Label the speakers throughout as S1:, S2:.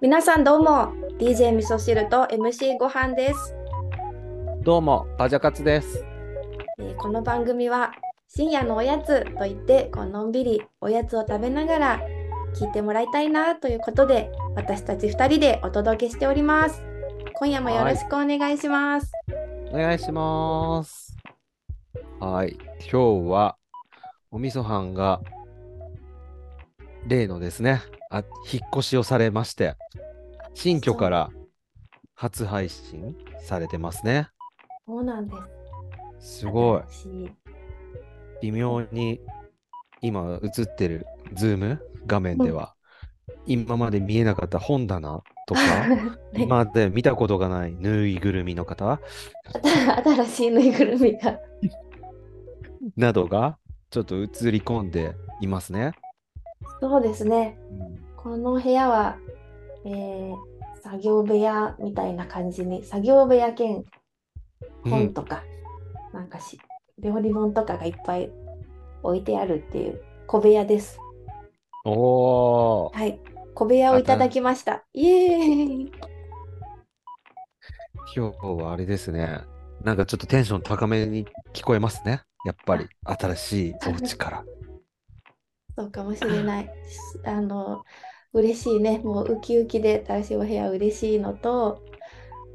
S1: 皆さんどうも DJ 味噌汁と MC ご飯です、
S2: どうも、バジャカツです。
S1: えーこの番組は深夜のおやつといってこうのんびりおやつを食べながら聞いてもらいたいなということで私たち2人でお届けしております今夜もよろしくお願いします
S2: お願いします。はい、今日はおみそはんが例のですねあ、引っ越しをされまして、新居から初配信されてますね。
S1: そうなんです
S2: すごい。
S1: い
S2: 微妙に今映ってるズーム画面では、今まで見えなかった本棚とか、今まで見たことがないぬいぐるみの方
S1: 新しいぬいぐるみが
S2: などがちょっと映り込んでいますね。
S1: そうですねこの部屋は、えー作業部屋みたいな感じに作業部屋兼
S2: うん
S1: 本とか、なんかし料理本とかがいっぱい置いてあるっていう小部屋です。
S2: おー
S1: はい、小部屋をいただきました。イエーイ。
S2: 今日はあれですね。なんかちょっとテンション高めに聞こえますね。やっぱり新しいお家から。
S1: そうかもしれない。あの嬉しいね。もうウキウキで新しいお部屋嬉しいのと、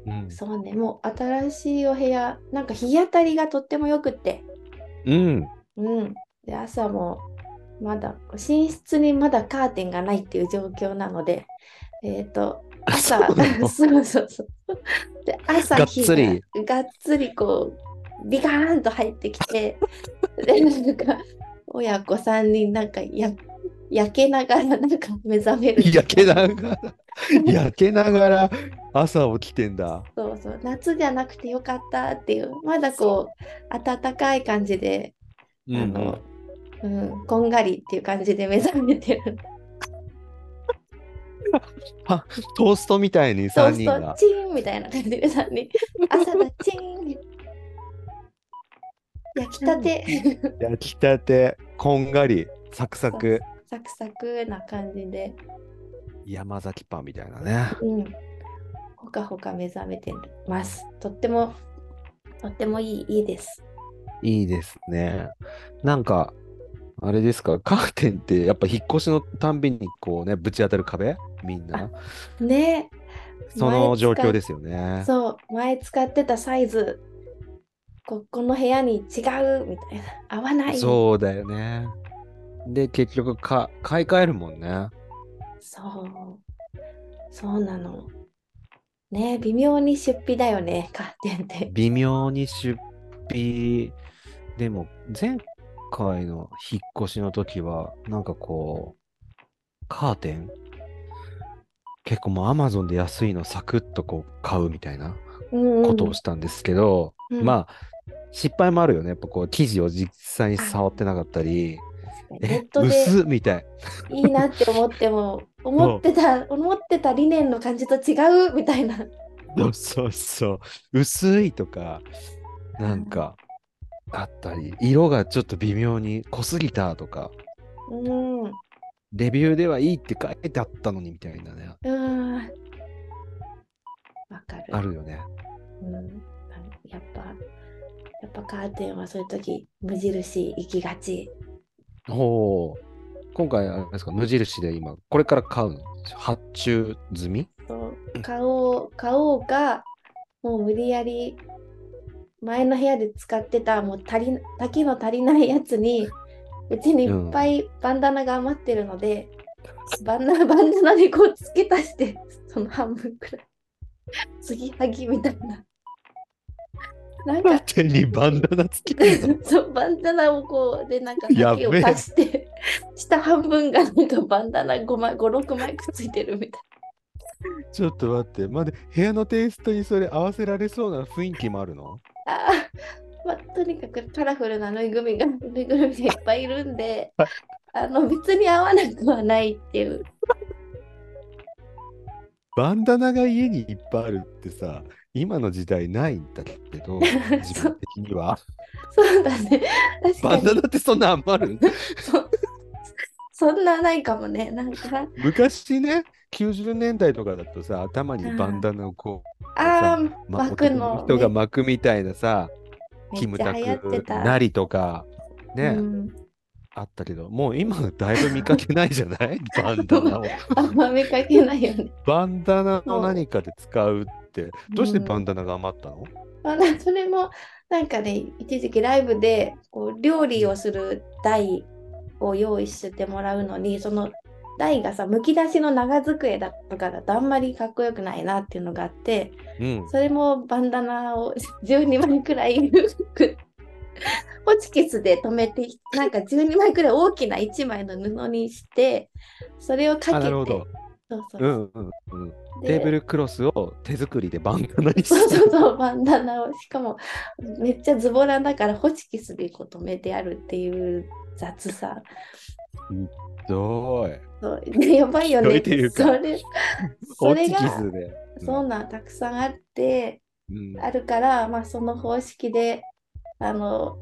S2: うん、
S1: そうね。もう新しいお部屋なんか日当たりがとっても良くって、
S2: うん、
S1: うん。で朝もまだ寝室にまだカーテンがないっていう状況なので、えっ、と朝
S2: そうな の
S1: そうそうそうで朝
S2: がっつり
S1: 日ががっつりこうビカーンと入ってきてでなんか親子3人なんかや焼けながらなんか目覚める
S2: 焼けながら、焼けながら朝起きてんだ。
S1: そうそう夏じゃなくてよかったっていうまだこう暖かい感じで
S2: うん
S1: あの、うん、こんがりっていう感じで目覚めてる。
S2: トーストみたいに
S1: そ
S2: 3
S1: う
S2: 人
S1: そう
S2: が、。
S1: チーンみたいな感じで3人。朝だ、チーン。焼きたて、
S2: 焼きたて、こんがり、サクサク、
S1: サクサクな感じで、
S2: 山崎パンみたいなね。
S1: うん。ほかほか目覚めてます。とっても、とってもいい、いいです。
S2: いいですね。なんか、あれですか、カーテンってやっぱ引っ越しのたんびにこうね、ぶち当たる壁みんな。
S1: ね。
S2: その状況ですすよね。
S1: そう、前使ってたサイズ、ここの部屋に違うみたいな、合わない。
S2: そうだよね。で、結局か、買い替えるもんね。
S1: そう。そうなの。ね微妙に出費だよね、カーテンって。
S2: 微妙に出費。でも、前回の引っ越しの時は、なんかこう、カーテン結構もう Amazon で安いのサクッとこう買うみたいなことをしたんですけど、
S1: うん
S2: まあ失敗もあるよね。やっぱこう記事を実際に触ってなかったり、
S1: ネ
S2: え
S1: ッ、トで
S2: 薄っみたい。
S1: いいなって思っても、思ってた、思ってた理念の感じと違うみたいな。
S2: そうそうそう。薄いとか、なんかあったり、色がちょっと微妙に濃すぎたとか、
S1: うん。う
S2: レビューではいいって書いてあったのにみたいなね、
S1: ん。わかる。
S2: あるよね。
S1: うん。やっぱ、やっぱカーテンはそういう時、無印行きがち。
S2: ほう。今回、あれですか、無印で今、これから買うの発注済み
S1: そう買おう、買おうか、もう無理やり、前の部屋で使ってた、もう足り、丈の足りないやつに、うちにいっぱいバンダナが余ってるので、バンダナ、バンダナにこう付け足して、その半分くらい、継ぎはぎみたいな。なん か、
S2: 手にバンダナつけてるの
S1: そう、バンダナをこう、で、なんか、
S2: や
S1: 先を
S2: べえ
S1: 足して、下半分がなんかバンダナ5枚、5、6枚くっついてるみたいな。
S2: ちょっと待って、まだ部屋のテイストにそれ合わせられそうな雰囲気もあるの
S1: あーまあ、とにかくカラフルなぬいぐるみが ぬいぐるみがいっぱいいるんで、あの別に合わなくはないっていう。
S2: バンダナが家にいっぱいあるってさ、今の時代ないんだけ ど、自分的には。
S1: そうだね。確か
S2: バンダ
S1: に
S2: ナってそんな余る
S1: そう。そんなないかもね。なんか、
S2: 昔ね、90年代とかだとさ、頭にバンダナをこう、
S1: ああ、
S2: ま
S1: 巻くの。
S2: 男人が巻くみたいなさ、
S1: め
S2: キ
S1: めっ
S2: ム
S1: ちゃ
S2: タ
S1: 流行って
S2: ク
S1: た。
S2: なりとか、ね、
S1: うん、
S2: あったけど、もう今だいぶ見かけないじゃない バンダナを。
S1: あんま見かけないよね。
S2: バンダナを何かで使うって、どうしてバン
S1: ン、
S2: ダナが余ったの、
S1: まあ なそれも、なんかね、一時期ライブでこう料理をする台を用意しててもらうのに、その台がさ、むき出しの長机だとかだとあんまりかっこよくないなっていうのがあって、
S2: うん、
S1: それもバンダナを 12枚くらいホチキスで留めてなんか12枚くらい大きな1枚の布にしてそれをかけて
S2: あ、なるほど。
S1: そうそう
S2: う
S1: そうん
S2: うんうん。
S1: で
S2: テーブルクロスを手作りでバンダナにし
S1: そう
S2: て
S1: そうそうバンダナをしかもめっちゃズボラだからホチキスでこう留めてあるっていう雑さ
S2: ひどい。
S1: そうでやばいよ
S2: ひどい
S1: ね
S2: っていうか
S1: それ
S2: ホ
S1: そ
S2: チ
S1: れ
S2: キ
S1: が
S2: スで。
S1: そんなんたくさんあって
S2: うん
S1: あるから、まあ、その方式であの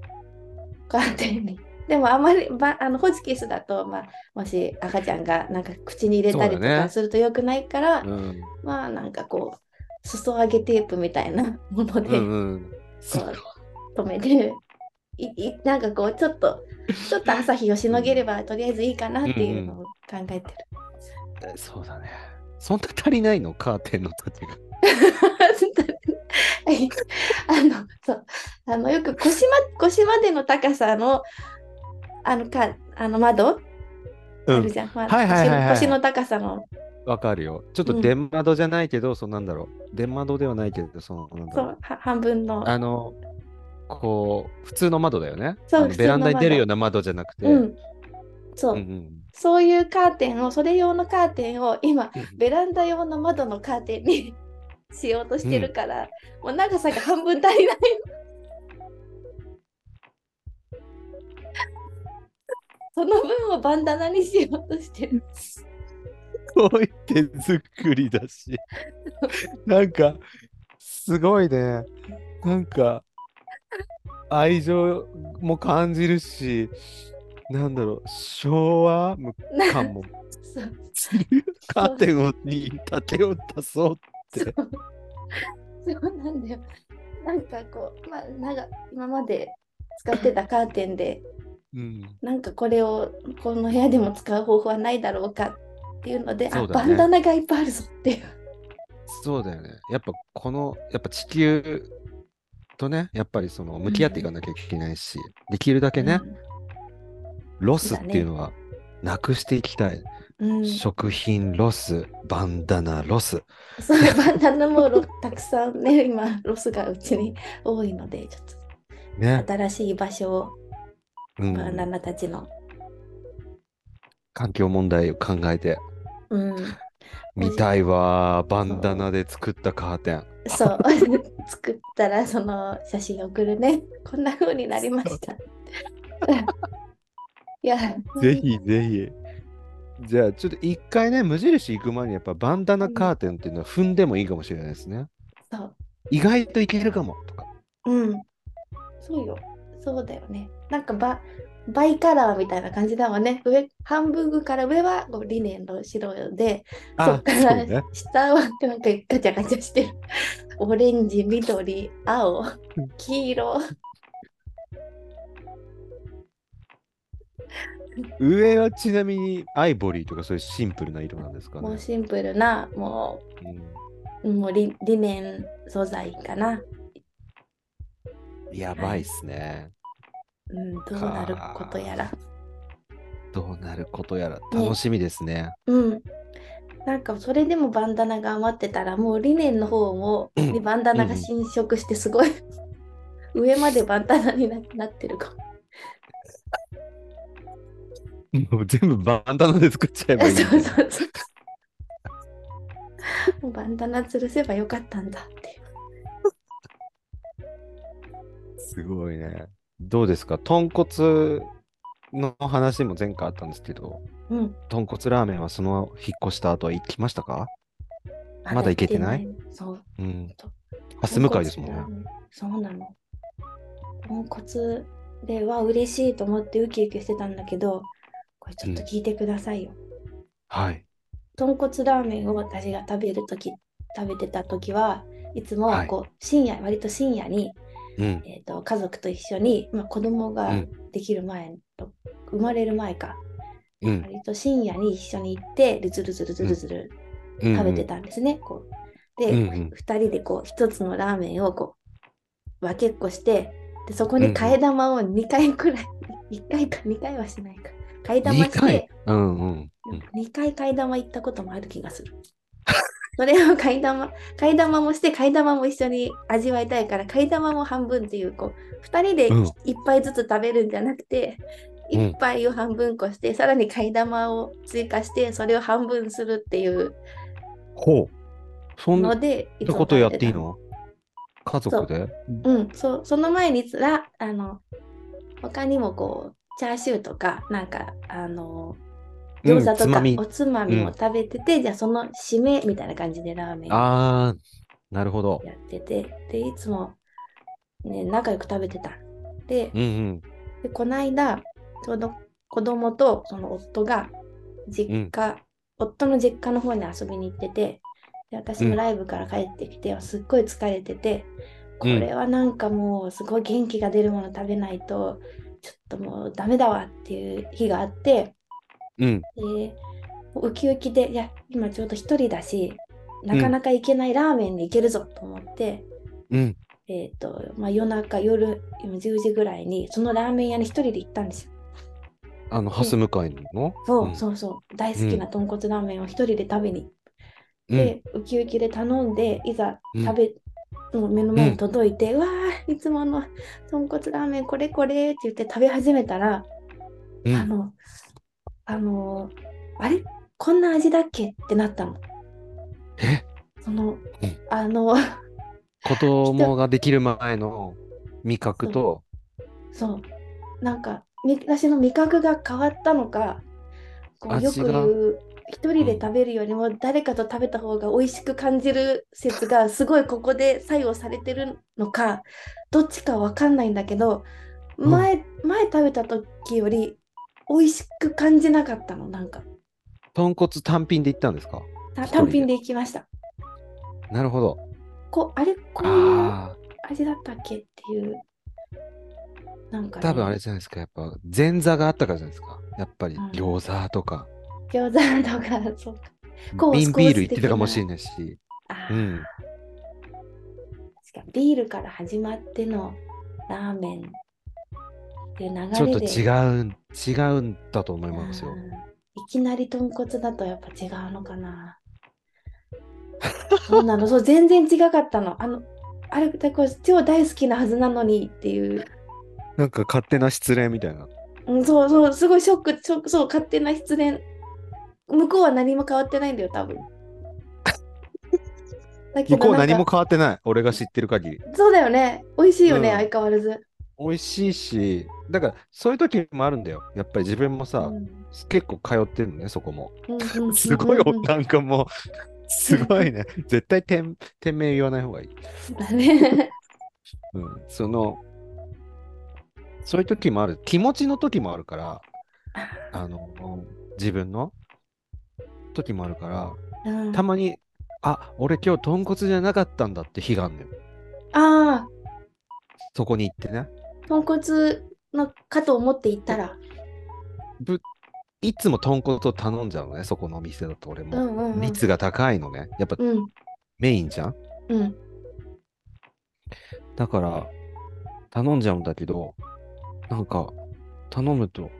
S1: カーテンに。でもあまりばあのホチキスだと、まあ、もし赤ちゃんがなんか口に入れたり
S2: そう
S1: と
S2: だね
S1: かすると良くないから、
S2: うん
S1: まあなんかこう裾上げテープみたいなもの
S2: う
S1: で、
S2: んうん。す
S1: こう止めてい いなんかこうちょっとちょっと朝日をしのげればとりあえずいいかなっていうのを考えてる。
S2: そうだね。そんな足りないのカーテンの時が。
S1: はいあのそうあのよく腰ま腰までの高さのあのかあの窓
S2: う
S1: ある
S2: ん。
S1: じゃん、まあ
S2: はいはいはいはい
S1: 腰腰の高さの
S2: わかるよ。ちょっ
S1: う
S2: と
S1: ん
S2: 電窓じゃないけど、そのなんだろう。電窓ではないけど、そのなんだ
S1: そ
S2: ろう
S1: う。は半分の
S2: あの、こう、普通の窓だよね。
S1: そう
S2: あの
S1: 普通
S2: ベ
S1: の
S2: ランダに出る
S1: 窓
S2: ような窓じゃなくて。
S1: うんそう、
S2: うんうん
S1: そういうカーテンをそれ用のカーテンを今ベランダ用の窓のカーテンに しようとしてるから、もう長さが半分足りないその分をバンダナにしようとしてる
S2: すごい手作りだし。なんか、すごいね。なんか、愛情も感じるし、なんだろう、昭和
S1: なんか
S2: 感も
S1: そう
S2: する。カーテンをに立てを出そう。
S1: そうそうなんだよ。なんかこう、まあ、なんか今まで使ってたカーテンで、
S2: うん、
S1: なんかこれをこの部屋でも使う方法はないだろうかっていうので、
S2: そ
S1: あ
S2: うだ
S1: バ
S2: ね
S1: ンダナがいっぱいあるぞっていう。
S2: そうだよね。やっぱこの、やっぱ地球とね、やっぱりその向き合っていかなきゃいけないし、できるだけね、ロスっていうのはなくしていきたい。
S1: うん、うん、そ
S2: 食品ロス、バンダナロス。
S1: うバンダナもロたくさんね、今、ロスがうちに多いので、ちょっ
S2: ね。
S1: と新しい場所を
S2: うん
S1: バンダナたちの。
S2: 環境問題を考えて
S1: うん、
S2: みたいわー。バンダナで作ったカーテン。
S1: そう、 作ったらその写真送るね。こんな風になりま した。いや、
S2: ぜひぜひ。じゃあちょっと一回ね、無印行く前にやっぱバンダナカーテンっていうのは踏んでもいいかもしれないですね。
S1: そう、
S2: 意外といけるかもとか。
S1: うん。そうよ、そうだよね。なんかババイカラーみたいな感じだもんね。上半分から上はこうリネンの白で、そ
S2: あ
S1: っか
S2: そ
S1: ら
S2: うね。
S1: 下はなんかガチャガチャして る。オレンジ、緑、青、黄色。
S2: 上はちなみにアイボリーとかそういうシンプルな色なんですか
S1: もう
S2: ね。
S1: シンプルな、もう、もうリリネン素材かな。
S2: うん、やばいっすね。
S1: うん、どうなることやら。
S2: どうなることやら楽しみですね。
S1: うん。なんかそれでもバンダナが余ってたらもうリネンの方も
S2: うん
S1: にバンダナが侵食してすごい上までバンダナにななってるかも。
S2: もう全部バンダナで作っちゃえばいい。
S1: そうそうそう。もうバンダナ吊るせばよかったんだっていう。
S2: すごいね。どうですか豚骨の話も前回あったんですけど、
S1: うん、
S2: 豚骨ラーメンはその引っ越した後は行きましたかまだ行けてない
S1: 行けてそう。
S2: うん
S1: と。
S2: あ、住む会ですもんね。
S1: そうなの。豚骨では嬉しいと思ってウキウキしてたんだけど、これちょっと聞いてくださいよ。
S2: はい。
S1: 豚骨ラーメンを私が食べるとき、食べてたときはいつも
S2: はい
S1: こう、深夜、割と深夜に、
S2: うん。
S1: えー、と家族と一緒に、まあ、子供
S2: う
S1: が
S2: ん
S1: できる前と、生まれる前か、
S2: うん。
S1: 割と深夜に一緒に行って、ルツルツルツルツル
S2: うん
S1: 食べて。たんですね。こうで、
S2: う
S1: 二
S2: んうん
S1: 人でこう一つのラーメンをこう分けっこしてでそこに替え玉を2回くらい、1回 か2回はしないか替え玉
S2: 2
S1: して
S2: 回。うんうん。うん
S1: 2回替え玉行ったこともある気がする。それを替え玉替え玉もして替え玉も一緒に味わいたいから替え玉も半分っていうこう2人で
S2: うん
S1: 1杯ずつ食べるんじゃなくて、
S2: うん
S1: 1杯を半分こしてさらに替え玉を追加してそれを半分するっていう
S2: ほう。そん
S1: の
S2: な
S1: で、いつも
S2: ことやっていい
S1: 食
S2: の家族で
S1: べてたうん、そう、その前につら、あの、他にもこう、チャーシューとか、なんか、あの、
S2: うん
S1: 餃子
S2: つ
S1: とか
S2: ま、み
S1: おつまみ
S2: う
S1: も
S2: ん
S1: 食べてて、じゃあその締めみたいな感じでラーメンや
S2: あー、なるほど。
S1: ってて、で、いつも、ね、仲良く食べてた。で、
S2: うんうん。
S1: でこの間、ちょうど子供とその夫が、実家、夫の実家の方に遊びに行ってて、で私
S2: う
S1: も
S2: ん
S1: ライブから帰ってきて、すっごい疲れてて、こ
S2: うん
S1: れはなんかもうすごい元気が出るもの食べないと、ちょっともうダメだわっていう日があって、
S2: うん。
S1: でウキウキで、いや、今ちょうど一人だし、なかなか行けないラーメンに行けるぞと思って、
S2: うん。
S1: えっと、まあ、夜中、夜10時ぐらいに、そのラーメン屋に一人で行ったんですよ
S2: あの、ハス向かいの
S1: そう、
S2: ん
S1: そうそう。大好きな豚骨ラーメンを一人で食べに
S2: う
S1: 行っ
S2: ん。
S1: て、ウキウキで頼んで、いざ
S2: うん
S1: 食べ、もう目の前に届いて、うわー、いつもの豚骨ラーメンこれこれって言って食べ始めたら、
S2: うん
S1: あの、あのーあれこんな味だっけってなったの。
S2: え
S1: その
S2: うん、
S1: あの、
S2: 子供ができる前の味覚と、
S1: そう、なんか、み私の味覚が変わったのか、こうよ
S2: 味
S1: く
S2: が
S1: 言う、一人で食べるよりも誰かと食べた方が美味しく感じる説がすごいここで作用されてるのか、どっちかわかんないんだけど、
S2: うん
S1: 前、前食べた時より美味しく感じなかったの、なんか。
S2: 豚骨単品で行ったんですか
S1: た
S2: 一人で
S1: 単品で行きました。
S2: なるほど。
S1: こう、あれ、こういう
S2: あ
S1: 味だったっけっていう。なんか
S2: あ、
S1: ね、
S2: 多分あれじゃないですか。やっぱ前座があったからじゃないですか。やっぱり
S1: うん
S2: 餃子とか、
S1: 餃子とか、そうか。コース
S2: 瓶ビール行
S1: コース的
S2: って
S1: な
S2: たかもしれないし。
S1: あー
S2: うん。
S1: 確かビールから始まってのラーメンっていう流れで
S2: ちょっと違うん、違うんだと思いますよ
S1: う。んいきなり豚骨だとやっぱ違うのかなそうなのそう全然違かったのあのあれこれ超大好きなはずなのにっていう、
S2: なんか勝手な失礼みたいな。
S1: うん、そうそうすごいショックショックそう勝手な失恋向こうは何も変わってないんだよ多分だけ
S2: 向こ
S1: ど
S2: う
S1: なん
S2: 何も
S1: か
S2: 変わってない。俺が知ってる限り。
S1: そうだよね美味しいよね、
S2: うん
S1: 相変わらず、
S2: 美味しいし、だからそういう時もあるんだよ。やっぱり自分もさ、
S1: うん
S2: 結構通ってるのね、そ こも。
S1: うんうんうんうん
S2: すごい、なんかもう、すごいね。絶対店店名言わない方がいい。
S1: だね。
S2: うん、その、そういう時もある。気持ちの時もあ るから、あの、自分の時もあるから、
S1: うん
S2: たまに、あ、俺今日豚骨じゃなかったんだって日があるのよ。
S1: ああ、
S2: そこに行ってね。
S1: 豚骨のかと思って行ったら。
S2: いつも豚骨を頼んじゃうのね、そこのお店だと俺
S1: う
S2: も。
S1: んうん、うん。
S2: 率が高いのね。やっぱ
S1: うん
S2: メインじゃん
S1: うん。
S2: だから、頼んじゃうんだけど、なんか、頼むと、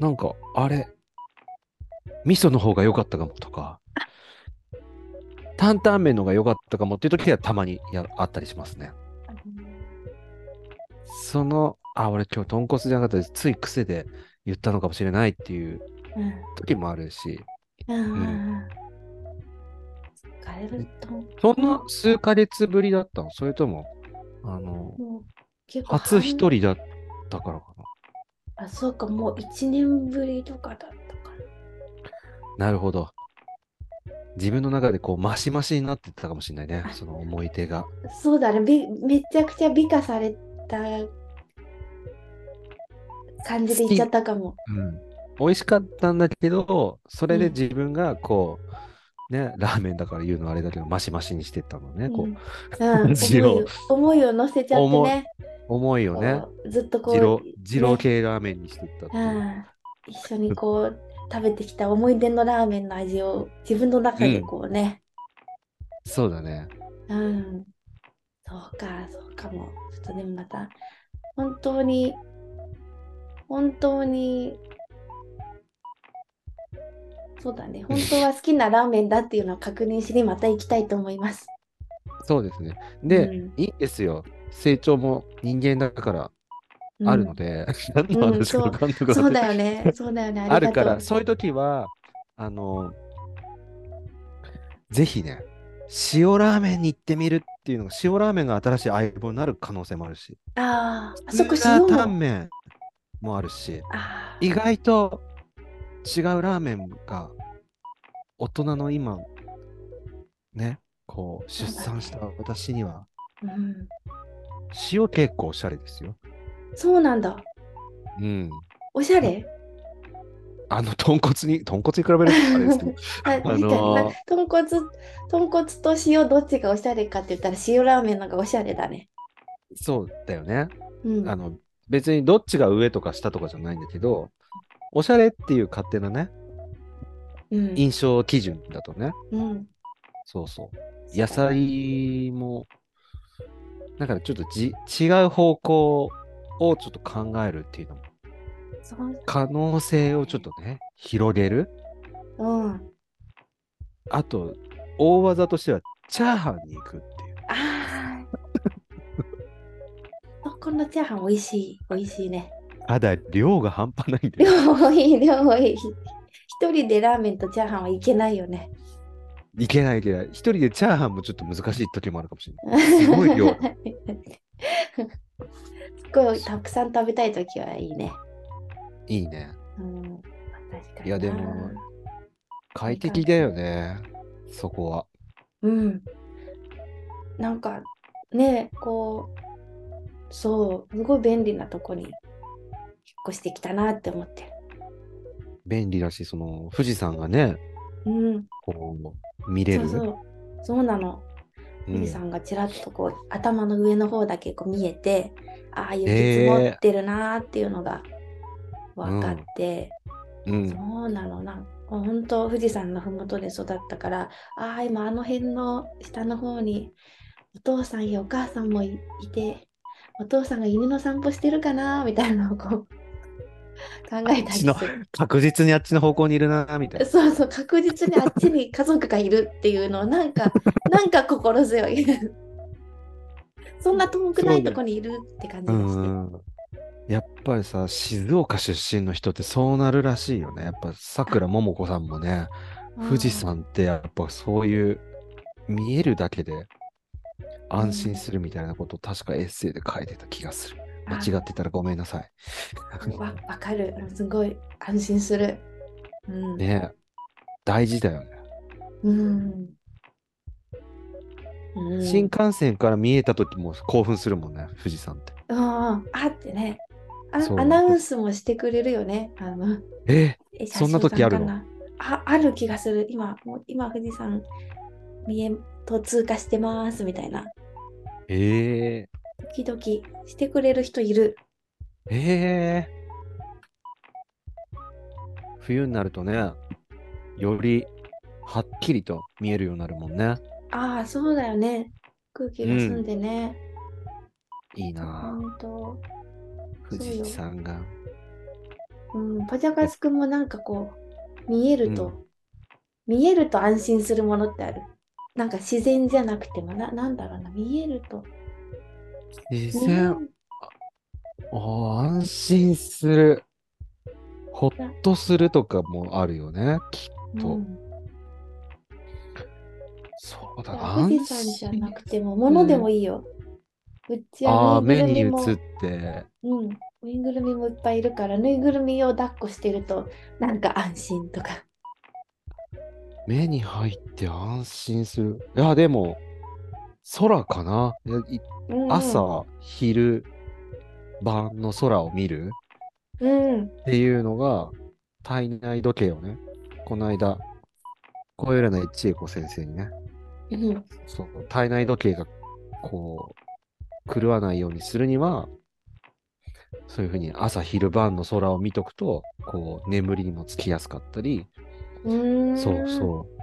S2: なんか、あれ、味噌の方が良かったかもとか、担々麺の方が良かったかもっていう時はたまにやあったりしますね。その、あ、俺今日豚骨じゃなかったです。つい癖で言ったのかもしれないっていう
S1: うん。
S2: 時もあるし、
S1: うんうん。カレルトン
S2: そんな数ヶ月ぶりだったのそれとも、あの、
S1: もう結構
S2: 初
S1: 半
S2: 一人だったからかな。
S1: あ、そうか、もう1年ぶりとかだったかな。
S2: なるほど。自分の中でこう、マシマシになってたかもしれないね
S1: あ。
S2: その思い出が。
S1: そうだね。びめちゃくちゃ美化された感じで行っちゃったかも。
S2: うん。美味しかったんだけど、それで自分がこう、ね、ラーメンだから言うのはあれだけど、マシマシにしてったのね、こ
S1: う、
S2: うん
S1: うん思い
S2: 字を
S1: を思いを乗せちゃって
S2: 思
S1: ね
S2: 重いよね。
S1: こうずっとこ
S2: 二郎
S1: う、
S2: 二郎系ラーメンにしてったって
S1: う
S2: いう。
S1: ん、一緒にこう食べてきた思い出のラーメンの味を自分の中でこうね、
S2: そうだね。
S1: うんそうかそうかもちょっとでもまた本当に本当にそうだね本当は好きなラーメンだっていうのを確認しにまた行きたいと思います。
S2: そうですね。で、
S1: うん
S2: いいんですよ。成長も人間だから
S1: うん
S2: あるので、 何の話か分かんなくなって
S1: そうだよねそうだよねあ
S2: あ
S1: り
S2: る
S1: がと
S2: か
S1: う
S2: ら、そういう時は、あの、ぜひね、塩ラーメンに行ってみるっていうのが、塩ラーメンが新しい相棒になる可能性もあるし、
S1: あーあそこ
S2: 普通
S1: 塩
S2: なタン
S1: も
S2: メンもあるし、
S1: あー
S2: 意外と違うラーメンが、大人の今、ね、こう、
S1: そう
S2: 出
S1: だね
S2: 産した私には、
S1: うん、
S2: 塩結構おしゃれですよ。
S1: そうなんだ
S2: うん。
S1: おしゃれ
S2: あの、豚骨に、豚骨に比べるとあれですけど、
S1: あ
S2: あのー
S1: 確かにな豚骨豚骨と塩どっちがおしゃれかって言ったら塩ラーメンの方がおしゃれだね。
S2: そうだよね。
S1: うん、
S2: あの別にどっちが上とか下とかじゃないんだけど、おしゃれっていう勝手なね、
S1: うん
S2: 印象基準だとね、
S1: うん、
S2: そうそう。野菜も、だからちょっとじ違う方向をちょっと考えるっていうのも、
S1: そう
S2: 可能性をちょっとね、広げる。
S1: うん、
S2: あと、大技としては、チャーハンに行くっていう。
S1: ああそこのチャーハン美味しい美味しいね。
S2: あだ、量が半端ないんだよ。
S1: 量多い量多い。一人でラーメンとチャーハンはいけないよね。
S2: いけないいけない。一人でチャーハンもちょっと難しい時もあるかもしれない。す ごい量だ。
S1: すごいたくさん食べたいときはいいね。
S2: いいね。
S1: うん、確かにない
S2: やでも快適だよね、そこは。
S1: うん。なんかね、こう、そう、すごい便利なとこに引っ越してきたなって思って
S2: 便利だし、その富士山がね、
S1: る。うん、
S2: こう見れ
S1: そう
S2: る。
S1: そう、そうなの。
S2: う
S1: 富士
S2: ん、
S1: 山がちらっとこう、頭の上の方だけこう見えて、ああ、雪
S2: え
S1: 積も
S2: ー
S1: ってるなーっていうのが分かって、
S2: うん、
S1: そうなの、なんか本当富士山のふもとで育ったから、ああ、今あの辺の下の方にお父さんやお母さんもいいて、お父さんが犬の散歩してるかなみたいなのをこう考えたりす
S2: あっ
S1: る。
S2: 確実にあっちの方向にいるな、みたいな。
S1: そうそう、確実にあっちに家族がいるっていうのをなん か、なんか心強い。そんな遠くないとこにいるって感じ
S2: う
S1: がして。
S2: ん、やっぱりさ、静岡出身の人ってそうなるらしいよね。やっぱさくらももこさんもね、
S1: うん
S2: 富士山ってやっぱそういう見えるだけで安心するみたいなことを確かエッセイで書いてた気がする。
S1: あ
S2: 間違ってたらごめんなさい。
S1: わわかる。すごい安心する。うん。
S2: ねえ大事だよね。
S1: うん。うん
S2: 新幹線から見えた時も興奮するもんね、富士山って。
S1: うんうんあってねあ。
S2: そう
S1: アナウンスもしてくれるよね。あの
S2: え
S1: え
S2: そんな時あるの
S1: 写真館かなあある気がする。今、もう今富士山見えと通過してますみたいな。
S2: え
S1: 時々してくれる人いる。
S2: ええ冬になるとね、よりはっきりと見えるようになるもんね。
S1: ああ、そうだよね。空気が澄んでね。
S2: いいなあ
S1: 本当。
S2: 富士山が。
S1: うん、パジャカス君もなんかこう、見えると、見えると安心するものってある。なんか自然じゃなくてもな、なんだろうな、見えると。
S2: 自
S1: 見え
S2: 然、
S1: る
S2: おー安心する。ほっとするとかもあるよね。きと
S1: うん
S2: そうだな。
S1: 富士山じゃなくても、物でもいいよ。うち
S2: あ
S1: は
S2: あ、
S1: ぬい
S2: 目
S1: ぐる
S2: に
S1: み
S2: 映っ
S1: も、
S2: て。
S1: うん、ぬいぐるみもいっぱいいるから、ぬいぐるみを抱っこしてると、なんか安心とか。
S2: 目に入って安心する。いや、でも、空かな。い
S1: うんうん、
S2: 朝、昼、晩の空を見る
S1: うん、
S2: っていうのが、体内時計をね、この間、小由ない千恵子先生にね、
S1: うん。
S2: そう体内時計がこう狂わないようにするにはそういうふうに朝昼晩の空を見とくとこう眠りにもつきやすかったり
S1: うーん
S2: そうそう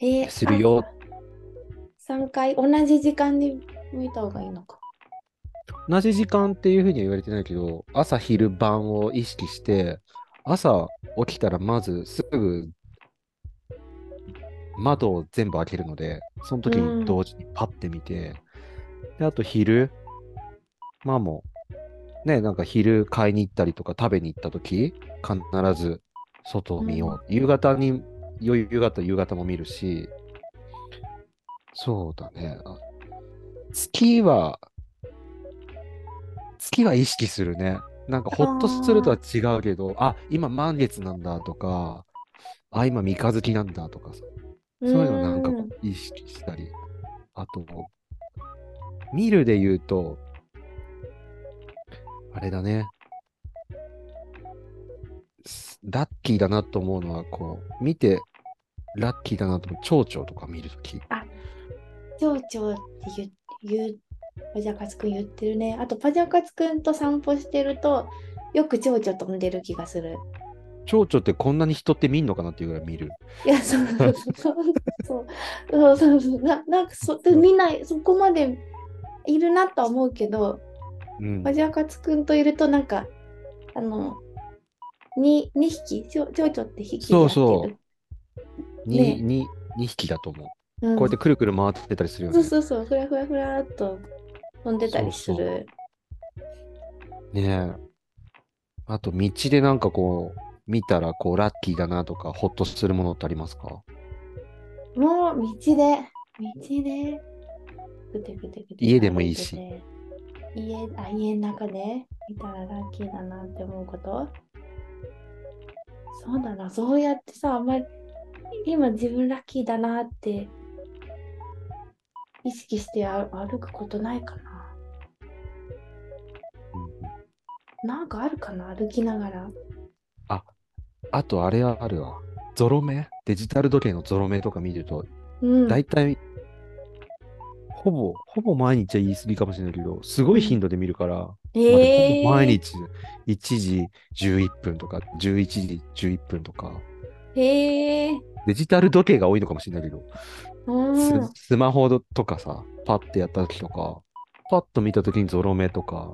S1: えー
S2: するよ
S1: あ3回同じ時間に見た方がいいのか。
S2: 同じ時間っていうふうには言われてないけど朝昼晩を意識して朝起きたらまずすぐ窓を全部開けるのでその時に同時にパッて見て、であと昼まあもうねなんか昼買いに行ったりとか食べに行った時必ず外を見よう、夕方によ夕方夕方も見るしそうだねあ月は月は意識するねなんかほっとするとは違うけどあ今満月なんだとかあ今三日月なんだとかさそういうのなんか
S1: うーん
S2: 意識したり、あと、見るで言うと、あれだね。すラッキーだなと思うのは、こう、見て、ラッキーだなと思う、蝶々とか見るとき。
S1: 蝶々って言う言うパジャカツくん言ってるね。あとパジャカツくんと散歩してるとよく蝶々飛んでる気がする。
S2: 蝶々ってこんなに人って見んのかなっていうぐらい見る。
S1: いや、そうそうそうそうそうそうそうななんかそでみんなそこまでいるなとは思うけど、
S2: うん
S1: パ。ジャカツくんといるとなんかあのに二匹ちょ蝶々って匹
S2: そうそう
S1: やってね
S2: に、に、2匹だと思う。
S1: るうん
S2: こうやってくるくる回ってたりするよ
S1: そう
S2: ね。
S1: そうそうふらふらふらっと飛んでたりする。
S2: そうそうねえ。あと、道でなんかこう、見たらこう、ラッキーだなとか、ほっとするものってありますか
S1: もう道で、道で、ぐてぐてぐて
S2: 家でもいいし
S1: 歩てて。家、あ、家の中で見たらラッキーだなって思うことそうだな、そうやってさ、あんまり今自分ラッキーだなって意識してあ歩くことないかな。なんかあるかな、歩きながら。
S2: あとあれはあるわ。ゾロ目デジタル時計のゾロ目とか見ると、
S1: うん。
S2: 大体、ほぼ、ほぼ毎日は言い過ぎかもしれないけど、すごい頻度で見るから、まあ
S1: え
S2: ほぼ毎
S1: ー、
S2: 日1時11分とか、11時11分とか、
S1: えー、
S2: デジタル時計が多いのかもしれないけど、
S1: うん
S2: ス。スマホとかさ、パッてやった時とか、パッと見た時にゾロ目とか、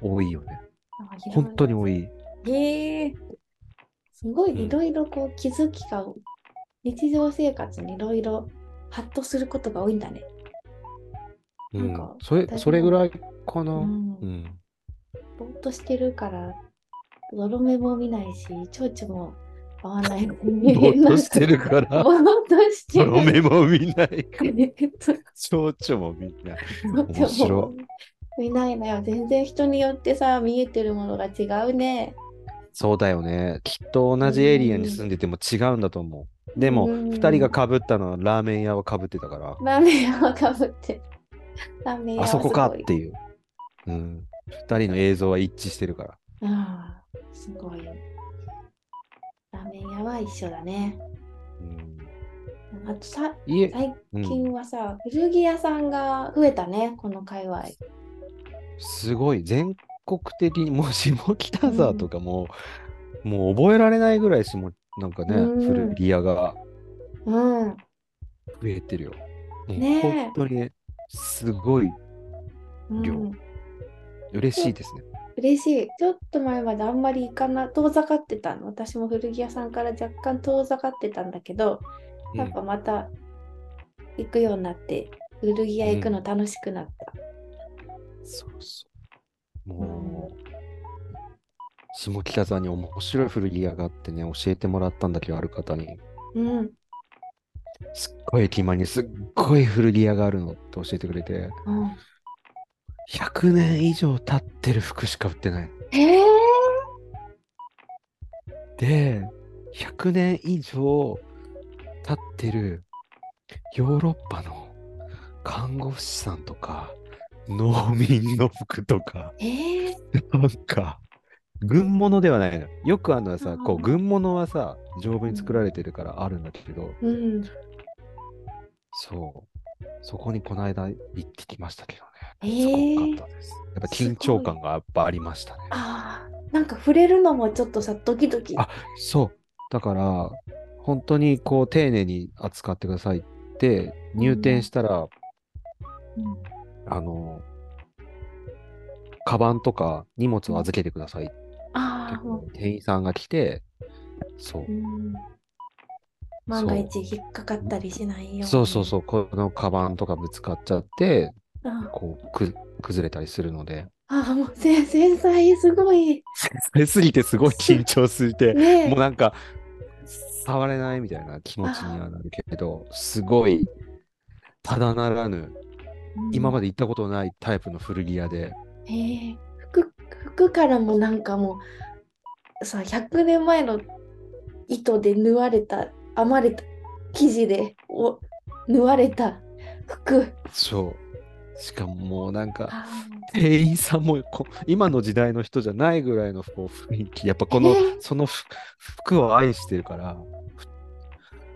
S2: 多いよね。本当に多い。
S1: へえすご
S2: うん
S1: いいろいろこう気づきが、日常生活にいろいろハッとすることが多いんだね。
S2: う
S1: なん
S2: ん
S1: か、
S2: それ、
S1: 私も
S2: それぐらいかな。
S1: う
S2: うん。
S1: んぼーっとしてるから、泥目も見ないし、蝶々も合わない。ぼ
S2: ぼーっとしてるか ら
S1: ぼーっとして
S2: ゾ
S1: る。
S2: ロ目も見ない。
S1: 蝶
S2: 蝶々も見ない。
S1: 々
S2: 面白
S1: 見ないのよ。全然人によってさ、見えてるものが違うね。
S2: そうだよね。きっと同じエリアに住んでても違うんだと思う。でも、
S1: うん
S2: 二人がかぶったのはラーメン屋はかぶってたから、
S1: ラーメン屋はかぶって。ラーメン屋
S2: あ
S1: はす
S2: そ
S1: ごい
S2: こかっていう。うん。二人の映像は一致してるから。
S1: ああ、すごい。ラーメン屋は一緒だね。
S2: うん、
S1: あとさ、
S2: 家、
S1: 最
S2: う
S1: 近
S2: ん、
S1: はさ、古着屋さんが増えたね、この界隈。
S2: すごい。全国的に、もう下北沢とかも、もう覚えられないぐらいしも、なんかね、
S1: うん
S2: 古着屋が
S1: うん。
S2: 増えてるよ。もう
S1: ねえ
S2: 本当にね、すごい
S1: うん、
S2: 嬉しいですね。
S1: 嬉しい。ちょっと前まであんまり行かな、遠ざかってたの。私も古着屋さんから若干遠ざかってたんだけど、
S2: う
S1: やっ
S2: ん
S1: ぱまた行くようになって、古着屋行くの楽しくなった。
S2: そうそう。もう、下北沢に面白い古着屋があってね、教えてもらったんだけど、ある方に、
S1: うん。
S2: すっごい駅前にすっごい古着屋があるのって教えてくれて、
S1: うん、
S2: 100年以上経ってる服しか売ってないの。
S1: へえ
S2: で、100年以上経ってるヨーロッパの看護師さんとか、農民の服とか、
S1: ええ
S2: なんか、軍物ではないの。よくあの
S1: あ
S2: さ、
S1: ー
S2: こう、軍物はさ、丈夫に作られてるからあるんだけど、
S1: うん。
S2: そう。そこにこの間行ってきましたけど
S1: え
S2: ね。すご
S1: ー
S2: か、ったです。やっぱ緊張感がやっぱありましたね。
S1: ああ、なんか触れるのもちょっとさ、ドキドキ。
S2: あそう。だから、本当にこう、丁寧に扱ってくださいって、入店したら、
S1: うん
S2: あの、カバンとか荷物を預けてくださいって
S1: ああ、も
S2: 店員さんが来て、そう
S1: う。ん。万が一引っかかったりしないよ。
S2: そうそうそう、このカバンとかぶつかっちゃって、
S1: うに。あ
S2: こう、く崩れたりするので。
S1: あー、もうせ繊細、すごい。
S2: それすぎてすごい緊張して、
S1: ねえ
S2: もうなんか、触れないみたいな気持ちにはなるけど、すごい、ただならぬ、今ま
S1: で。
S2: で行ったことないタイプの古着屋で、
S1: ええ服、服からもなんかもう、さ、100年前の糸で縫われた、編まれた、生地でお縫われた服。
S2: そう。しかももうなんか、
S1: あー
S2: 店員さんもこ今の時代の人じゃないぐらいのこう雰囲気やっぱこの、
S1: えー
S2: そのふ服を愛してるから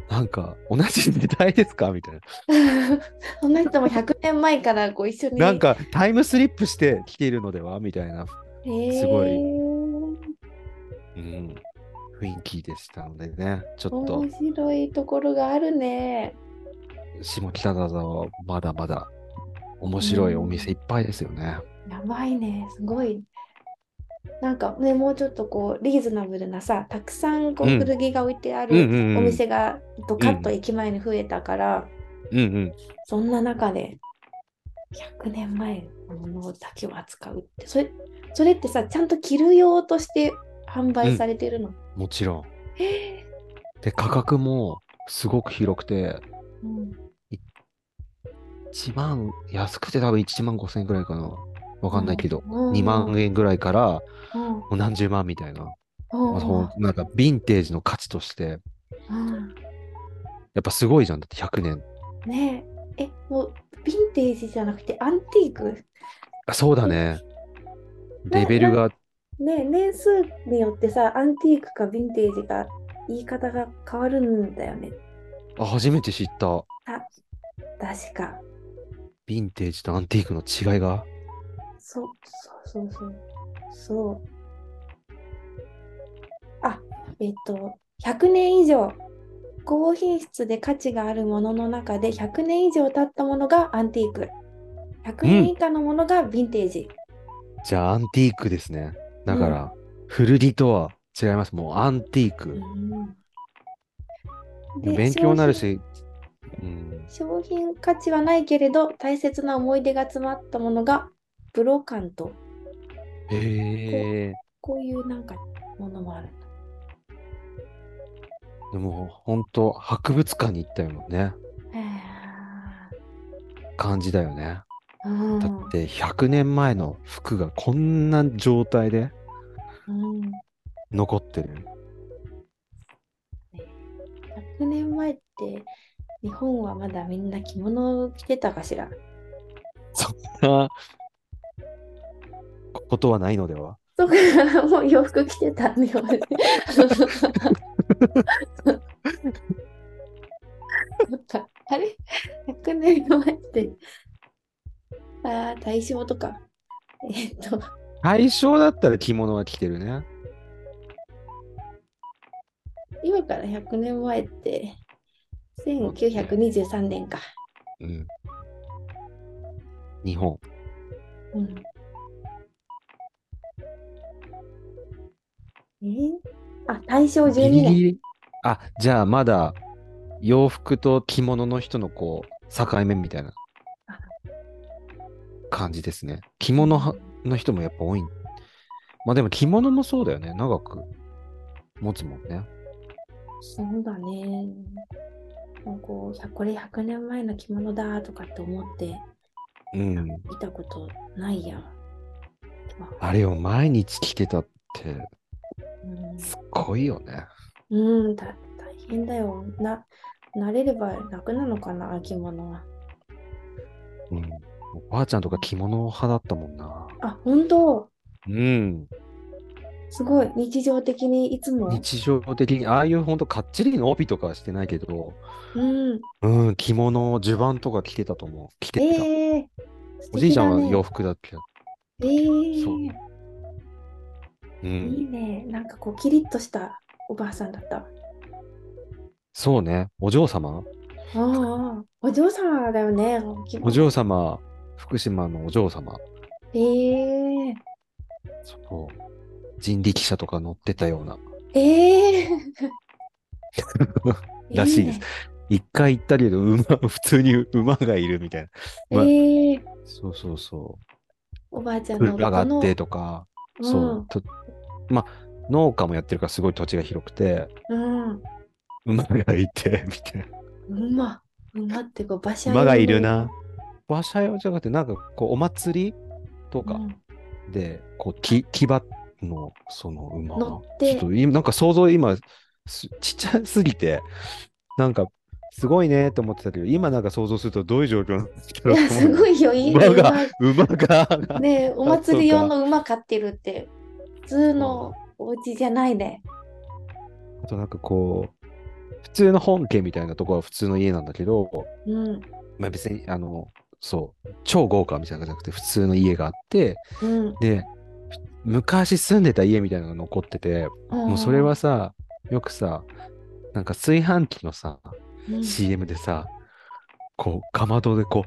S2: ふなんか同じ時代ですかみたいな、
S1: そんな人も100年前からご一緒に。
S2: なんかタイムスリップして来ているのではみたいな、
S1: へー、
S2: すごいうん、雰囲気でしたのでねちょっと
S1: 面白いところがあるね。
S2: 下北沢はまだまだ面白いお店いっぱいですよね、
S1: やばいね、すごい。なんかね、もうちょっとこう、リーズナブルなさ、たくさんこう
S2: うん
S1: 古着が置いてあ
S2: うんうんう
S1: る
S2: ん
S1: お店がドカッと駅前に増えたから、
S2: うんうん
S1: そんな中で100年前のものだけを扱うって、それそれってさ、ちゃんと着る用として販売されてるの。
S2: もちろん
S1: へ
S2: で価格もすごく広くて
S1: ーうん
S2: 1万安くて多分1万5千円ぐらいかなわかんないけど、
S1: うん
S2: 2万円ぐらいからも
S1: うん
S2: う何十万みたいな、
S1: うん
S2: まあそのなんかヴィンテージの価値として
S1: うん
S2: やっぱすごいじゃんだって100年
S1: ねえ、え、もうヴィンテージじゃなくてアンティーク。
S2: あそうだね
S1: な
S2: レベルが
S1: ね年数によってさ、アンティークかヴィンテージが言い方が変わるんだよね。
S2: あ初めて知ったヴ
S1: 確か。
S2: ィンテージとアンティークの違いが
S1: そう、そうそうそう。そう。あ、えっと、100年以上、高品質で価値があるものの中で100年以上経ったものがアンティーク。100
S2: うん
S1: 年以下のものがヴィンテージ。
S2: じゃあアンティークですねだから、古着とは違いますもうアンティーク、
S1: で
S2: 勉強になる
S1: 商品
S2: し、うん、
S1: 商品価値はないけれど大切な思い出が詰まったものがブロカント
S2: へえ
S1: こういうなんかものもある
S2: でも本当博物館に行ったようなね
S1: へ
S2: 感じだよね
S1: ーうん
S2: だって100年前の服がこんな状態で
S1: うん
S2: 残って る。
S1: 100年前って日本はまだみんな着物を着てたかしら
S2: あことはないのでは
S1: とかもう洋服着てたんだよねあれ ?100 年前ってああ大正とかえっと
S2: 対象だったら着物は着てるね。
S1: 今から100年前って1923年か。
S2: うん。日本。
S1: うん、えーあ大正12
S2: ギリギ
S1: 年。
S2: リ。あ、じゃあまだ洋服と着物の人のこう境目みたいな
S1: あ
S2: 感じですね。着物はの人もやっぱ多い。まあでも着物もそうだよね。長く持つもんね。
S1: そうだね。もうこういやこれ100年前の着物だとかって思って
S2: うん。
S1: 見たことないや。
S2: あれを毎日着てたって
S1: うん
S2: すっごいよね。
S1: うん、だ大変だよ。な慣れれば楽なのかな、着物は。
S2: うん。おばあちゃんとか着物派だったもんな。
S1: あ、本当
S2: うん。
S1: すごい、日常的にいつも。
S2: 日常的に、ああいうほんとかっちりの帯とかはしてないけど、
S1: うん。
S2: うん、着物、襦袢とか着てたと思う。着てた。
S1: ええ
S2: おじいちゃんは洋
S1: よ。
S2: 服だっけど。
S1: ええ
S2: そうう
S1: い
S2: ん。
S1: いね。なんかこう、キリッとしたおばあさんだったわ。
S2: そうね。お嬢様
S1: ああああ、お嬢様だよね。気持
S2: お
S1: ち
S2: 嬢様、福島のお嬢様。
S1: ええ
S2: そう。人力車とか乗ってたような。
S1: ええ
S2: らしいです。一回行ったけど、馬、普通に馬がいるみたいな。
S1: いいね
S2: ま
S1: ええ
S2: そうそうそ
S1: おばあちゃ
S2: う。
S1: んの
S2: 車があ
S1: この
S2: ってとか、そう。とまあ、農家もやってるからすごい土地が広くて、
S1: うん。うん。
S2: 馬がいて、みたいな。
S1: 馬。馬ってこう、馬車
S2: 馬がいる
S1: の
S2: な。馬車用じゃなくて、なんかこう、お祭りとか
S1: うん
S2: で、こう、き騎馬の、その馬が
S1: 乗って
S2: ちょっと今、なんか想像今、すちっちゃすぎて、なんか、すごいねと思ってたけど、今なんか想像するとどういう状況なんですか
S1: いや、すごいよ。いいね。
S2: 馬が馬が、
S1: 馬ね えお祭り用の馬飼ってるって、普通のお家じゃないね。
S2: あとなんかこう、普通の本家みたいなところは普通の家なんだけど、
S1: うん。
S2: まあ別に、あの、そう、超豪華みたいなのじゃなくて、普通の家があって、
S1: うん。
S2: で、昔住んでた家みたいなのが残ってて、もうそれはさ、よくさ、なんか炊飯器のさ、
S1: うん、
S2: CM でさ、こう、かまどでこ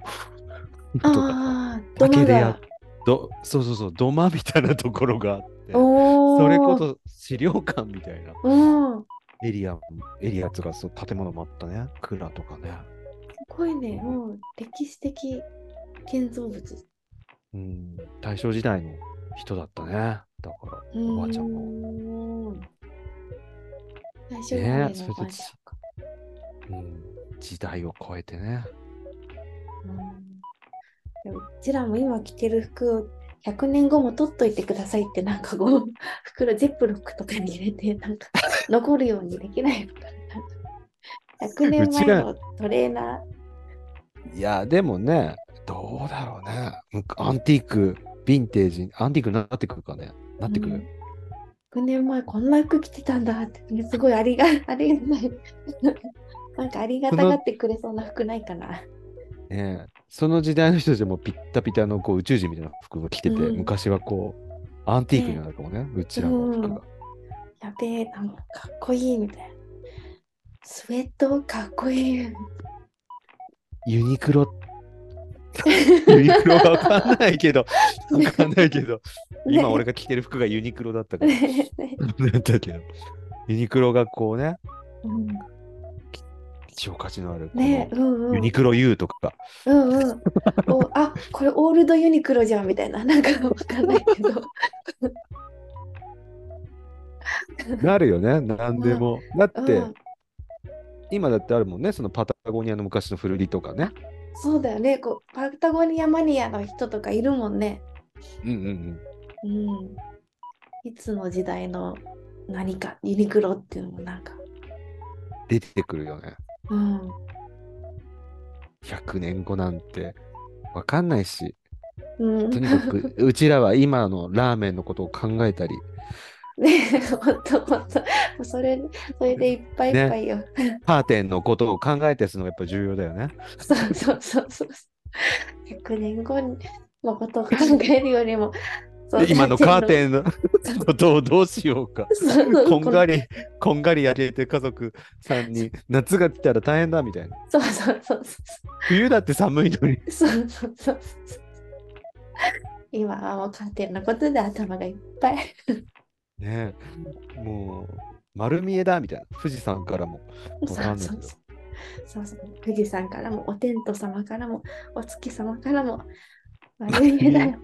S2: う、とか、
S1: ああ、土
S2: だ
S1: 間
S2: けで
S1: が
S2: やっど、そうそうそう、土間みたいなところがあって、
S1: おー
S2: それこ、そ資料館みたいな
S1: うん、す
S2: エリア、エリアとか、そう、建物もあったね、蔵とかね。
S1: ごいね、もう歴史的建造物。
S2: うん、大正時代の人だったね。だから、おばあちゃんも。
S1: も。最初
S2: ね
S1: のおばあちゃんか。
S2: うん、時代を超えてね。
S1: うんでもうちらも今着てる服を100年後も取っといてくださいってなんかこう袋ジップロックとかに入れてなんか残るようにできないのかな100年前のトレーナ
S2: いや、でもね、どうだろうね。むアンティーク、ヴィンテージ、アンティークになってくるかね。なってく
S1: う
S2: る
S1: ん。ー100年前こんな服着てたんだってすごいありがありがないなんかありがたがってくれそうな服ないかな
S2: ねえその時代の人たちもピッタピタのこう宇宙人みたいな服を着てて、
S1: うん
S2: 昔はこう、アンティークになるかもね、うちらの服が。
S1: やべえなんかかっこいいみたいなスウェットかっこいい
S2: ユニク ロ、ユニクロわかんないけど、わかんないけど、今俺が着てる服がユニクロだったから。
S1: ねね
S2: だったけど。ユニクロがこうね、
S1: うん
S2: 希少価値のあるこの
S1: ねうんうん
S2: ユニクロ U とか、
S1: うんうん。おあこれオールドユニクロじゃんみたいな。 なんかわかんないけど。
S2: なるよね、なん でも。だ
S1: う
S2: って
S1: ん、、
S2: 今だってあるもんね、そのパタゴニアの昔の古着とかね。
S1: そうだよね。こうパタゴニアマニアの人とかいるもんね。
S2: うんうんうん。
S1: うん。いつの時代の何かユニクロっていうのもなんか。
S2: 出てくるよね。
S1: うん。
S2: 100年後なんて、わかんないし、
S1: うん
S2: とにか く、うちらは今のラーメンのことを考えたり、
S1: ね ほんとほんと。それそれでいっぱいいっぱいよ。
S2: カーテンのことを考えてするのがやっぱ重要だよね。
S1: そうそうそうそう。100年後のことを考えるよりも。そう
S2: 今のカーテン のことをどうしようか。
S1: そうそう
S2: こんがり、こんがり焼けて家族さんに夏が来たら大変だみたいな。
S1: そうそうそうそう。
S2: 冬だって寒いのに。
S1: そうそうそうそう。今はもうカーテンのことで頭がいっぱい。
S2: ねえもう丸見えだみたいな。富士山からも。
S1: そ
S2: わかん
S1: う
S2: ないけ
S1: そう
S2: ど
S1: そう。そうそう富士山からもお天道様からもお月様から も悪い目だよ。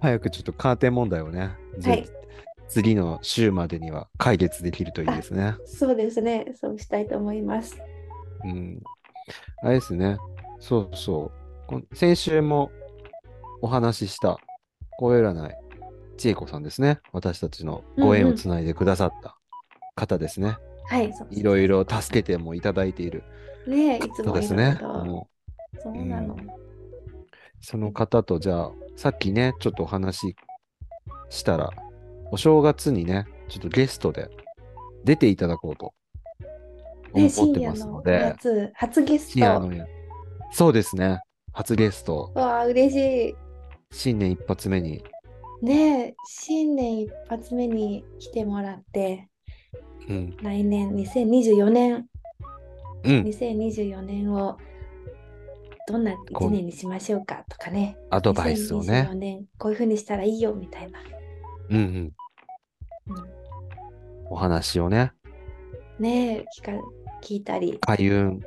S2: 早くちょっとカーテン問題をね。ぜ
S1: はい
S2: 次の週までには解決できるといいですね。
S1: そうですね。そうしたいと思います。
S2: うん。あれですね。そうそう。こん先週もお話しした、声占い、千恵子さんですね。私たちのご縁をつないでくださった方ですね。
S1: はい。そう
S2: いろいろ助けてもいただいている
S1: ねえいつ
S2: そ
S1: も
S2: うです
S1: あり
S2: ね
S1: が。とう
S2: もう
S1: そうなの。
S2: その方とじゃあ、さっきね、ちょっとお話したら、お正月にね、ちょっとゲストで出ていただこうと思
S1: ね、
S2: っ
S1: 深
S2: て
S1: 夜
S2: ますの
S1: の
S2: で
S1: や、つ、初ゲス
S2: 深夜
S1: ト。
S2: のやそうですね、初ゲスト、
S1: わあ、嬉し
S2: 新年一発目に、
S1: い。ねえ、新年一発目に来てもらって、
S2: うん、
S1: 来年2024年、
S2: うん、
S1: 2024年をどんな
S2: こう
S1: 1年にしましょうかとかね、
S2: アドバイスを
S1: 2024
S2: ね、
S1: 年こういうふうにしたらいいよみたいな。
S2: うんうん、
S1: うん
S2: お話をね、
S1: ねえ、聞か聞いたり。
S2: 開運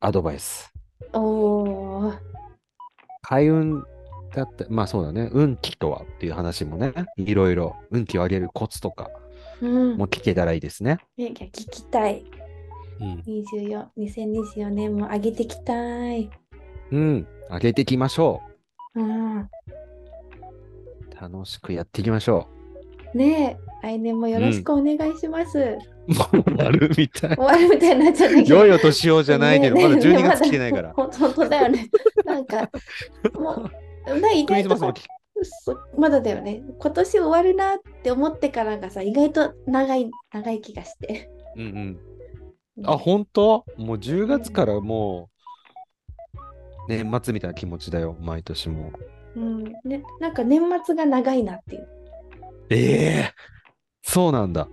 S2: アドバイス。
S1: おー、
S2: 開運だって、まあそうだね、運気とはっていう話もね、いろいろ運気を上げるコツとか
S1: うん、
S2: も
S1: ね
S2: 聞けたらいいですね。
S1: いや聞きたい。
S2: うん、
S1: 24 2024年も上げてきたい。
S2: うん、上げていきましょう。
S1: うん
S2: 楽しくやっていきましょ
S1: ねえ、来年もよろしくお願いします。
S2: う。もう終わるみたい
S1: 終。わる みたいになっちゃったけど。
S2: 良いお年をじゃないけど、
S1: ね
S2: ま
S1: え
S2: だ
S1: ねえ
S2: 12月来てないから。
S1: 本当本当だよね。なんか、もう、な意
S2: ク
S1: 外
S2: リス
S1: と
S2: マスも
S1: さ
S2: 来
S1: そうまだだよね。今年終わるなって思ってからがさ、意外と長い、長い気がして。
S2: うんうん。あ、本当もう10月からもう、年末みたいな気持ちだよ、毎年も
S1: う
S2: う。
S1: んね、なんか年末が長いなっていう。
S2: ええそうなんだ。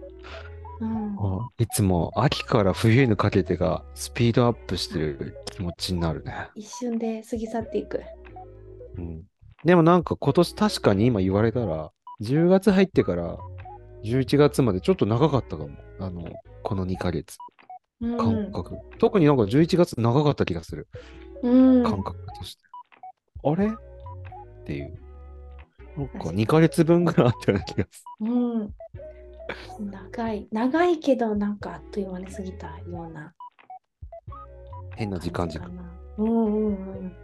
S1: うん、
S2: あいつも秋から冬にかけてがスピードアップしてる気持ちになるね。
S1: 一瞬で過ぎ去っていく。
S2: うん、でもなんか今年確かに今言われたら、10月入ってから11月までちょっと長かったかも。あの、この2ヶ月、
S1: うん、
S2: 感覚。特になんか11月長かった気がする。
S1: うん、
S2: 感覚として。あれっていう。なん
S1: 確
S2: か
S1: かに
S2: 2ヶ月分ぐらいあったような気がす
S1: うん。長い、長いけど、なんかあっという間に過ぎたような。
S2: る。変な時間軸
S1: か。な。うんうんうん。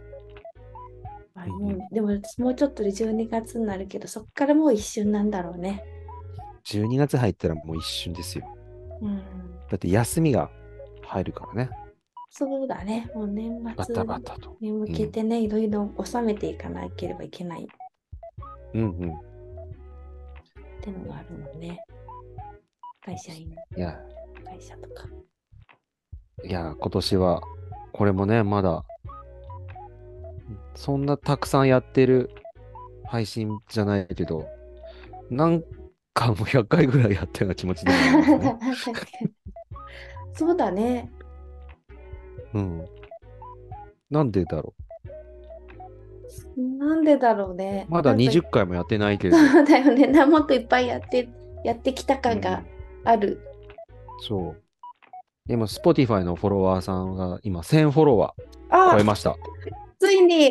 S1: まあ、
S2: うん
S1: も
S2: うん
S1: うでももうちょっとで12月になるけどそっからもう一瞬なんだろうね。
S2: 12月入ったらもう一瞬ですよ。
S1: うん、
S2: だって休みが入るからね。
S1: そうだね。もう年
S2: バ
S1: 末
S2: タバタと。
S1: に向けてね、いろいろ収めていかなければいけないっ
S2: うんうん。
S1: ていうのがあるもんね。会社員、
S2: いや、
S1: 会社とか。
S2: いや、今年は、これもね、まだ、そんなたくさんやってる配信じゃないけど、なんかもう100回ぐらいやったような気持ちでもありま すね。
S1: そうだね。
S2: うん。なんでだろ
S1: なんでだろうね。
S2: う。まだ
S1: なんか
S2: 20回もやってない けど。
S1: そうだよね。なもっといっぱいやってやってきた
S2: う
S1: 感
S2: ん
S1: がある。
S2: そう。でも、Spotify のフォロワーさんが今、1000フォロワー
S1: あ
S2: 超え
S1: あ、
S2: ました。
S1: ついに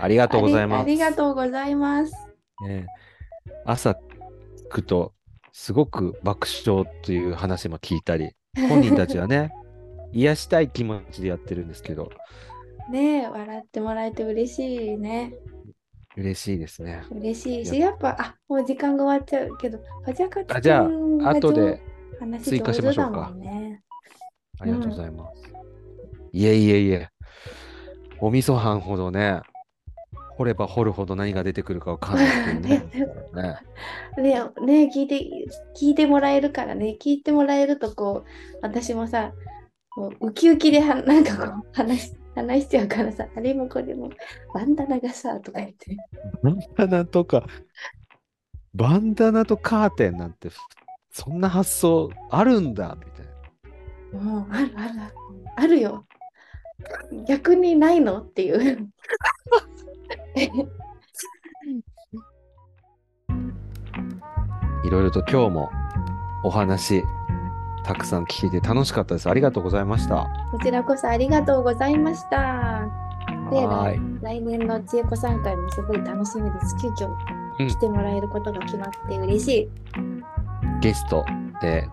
S2: ありがとうござい
S1: あ
S2: ます。
S1: りありがとうございます。
S2: ねえ、朝聞くとすごく爆笑という話も聞いた り本人たちはね癒したい気持ちでやってるんですけど
S1: ねえ、笑ってもらえて嬉しいね。
S2: 嬉しいですね
S1: 嬉しい
S2: い
S1: し、やっぱ、あもう時間が終わっちゃうけど、ファジャカツ
S2: あじゃあ
S1: 君が
S2: 後
S1: 上
S2: で
S1: 手。話
S2: 追加しましょう
S1: 上 手だ
S2: か
S1: もんね。
S2: ありがとうございます、いえいえいえお味噌飯ほどね掘れば掘るほど何が出てくるかわかんないですけど ねね
S1: ねえねえ聞いて、聞いてもらえるからね、聞いてもらえると、こう、私もさ、こうウキウキでは、なんかこう、話し話しちゃうからさ、あれもこれも、バンダナがさ、とか言って。
S2: バンダナとかバンダナとカーテンなんてそんな発想あるんだみたいな
S1: もうあるあるあるあるよ。逆にないのっていう。
S2: いろいろと今日もお話たくさん聞いて楽しかったです。ありがとうございました。
S1: こちらこそありがとうございました。で
S2: はー
S1: 来年の千恵子さん会もすごい楽しみです。急遽
S2: うん
S1: 来てもらえることが決まって嬉しい。
S2: い。ゲストで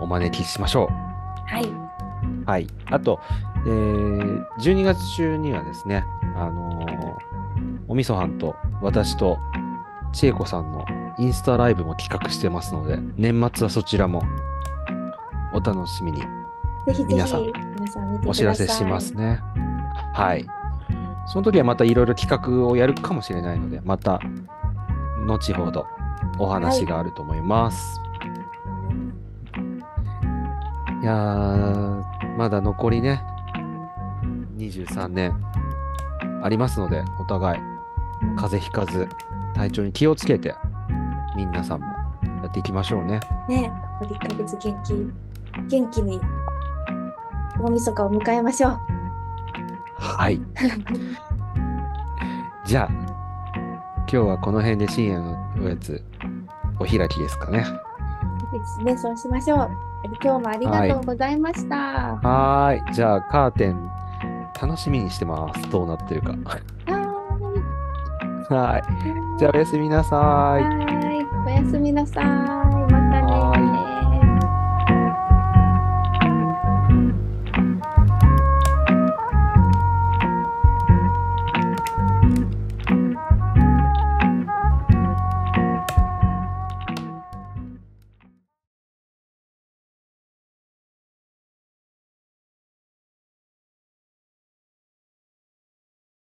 S2: お招きしましょ
S1: はい。
S2: う。はい。あと、えー12月中にはですね、あのーおみそはんと私と千恵子さんのインスタライブも企画してますので、年末はそちらもお楽しみに
S1: ぜひぜひ
S2: 皆さん
S1: 皆さん見てください。
S2: お知らせしますね。はい。その時はまたいろいろ企画をやるかもしれないので、また後ほどお話があると思います。い、やー、まだ残りね、23年ありますので、お互い風邪ひかず、体調に気をつけて、皆さんもやっていきましょうね。
S1: ね、残り1ヶ月元気、元気に大晦日を迎えましょう。
S2: はい。 じゃあ、今日はこの辺で深夜のおやつ、お開きですかね。
S1: ですね、そうしましょう。今日もありがとうございました。は
S2: はーい。じゃあ、カーテン、楽しみにしてます。どうなってるか。
S1: ー
S2: はい。じゃあ、おやすみなさーい。
S1: い。はーい。おやすみなさい。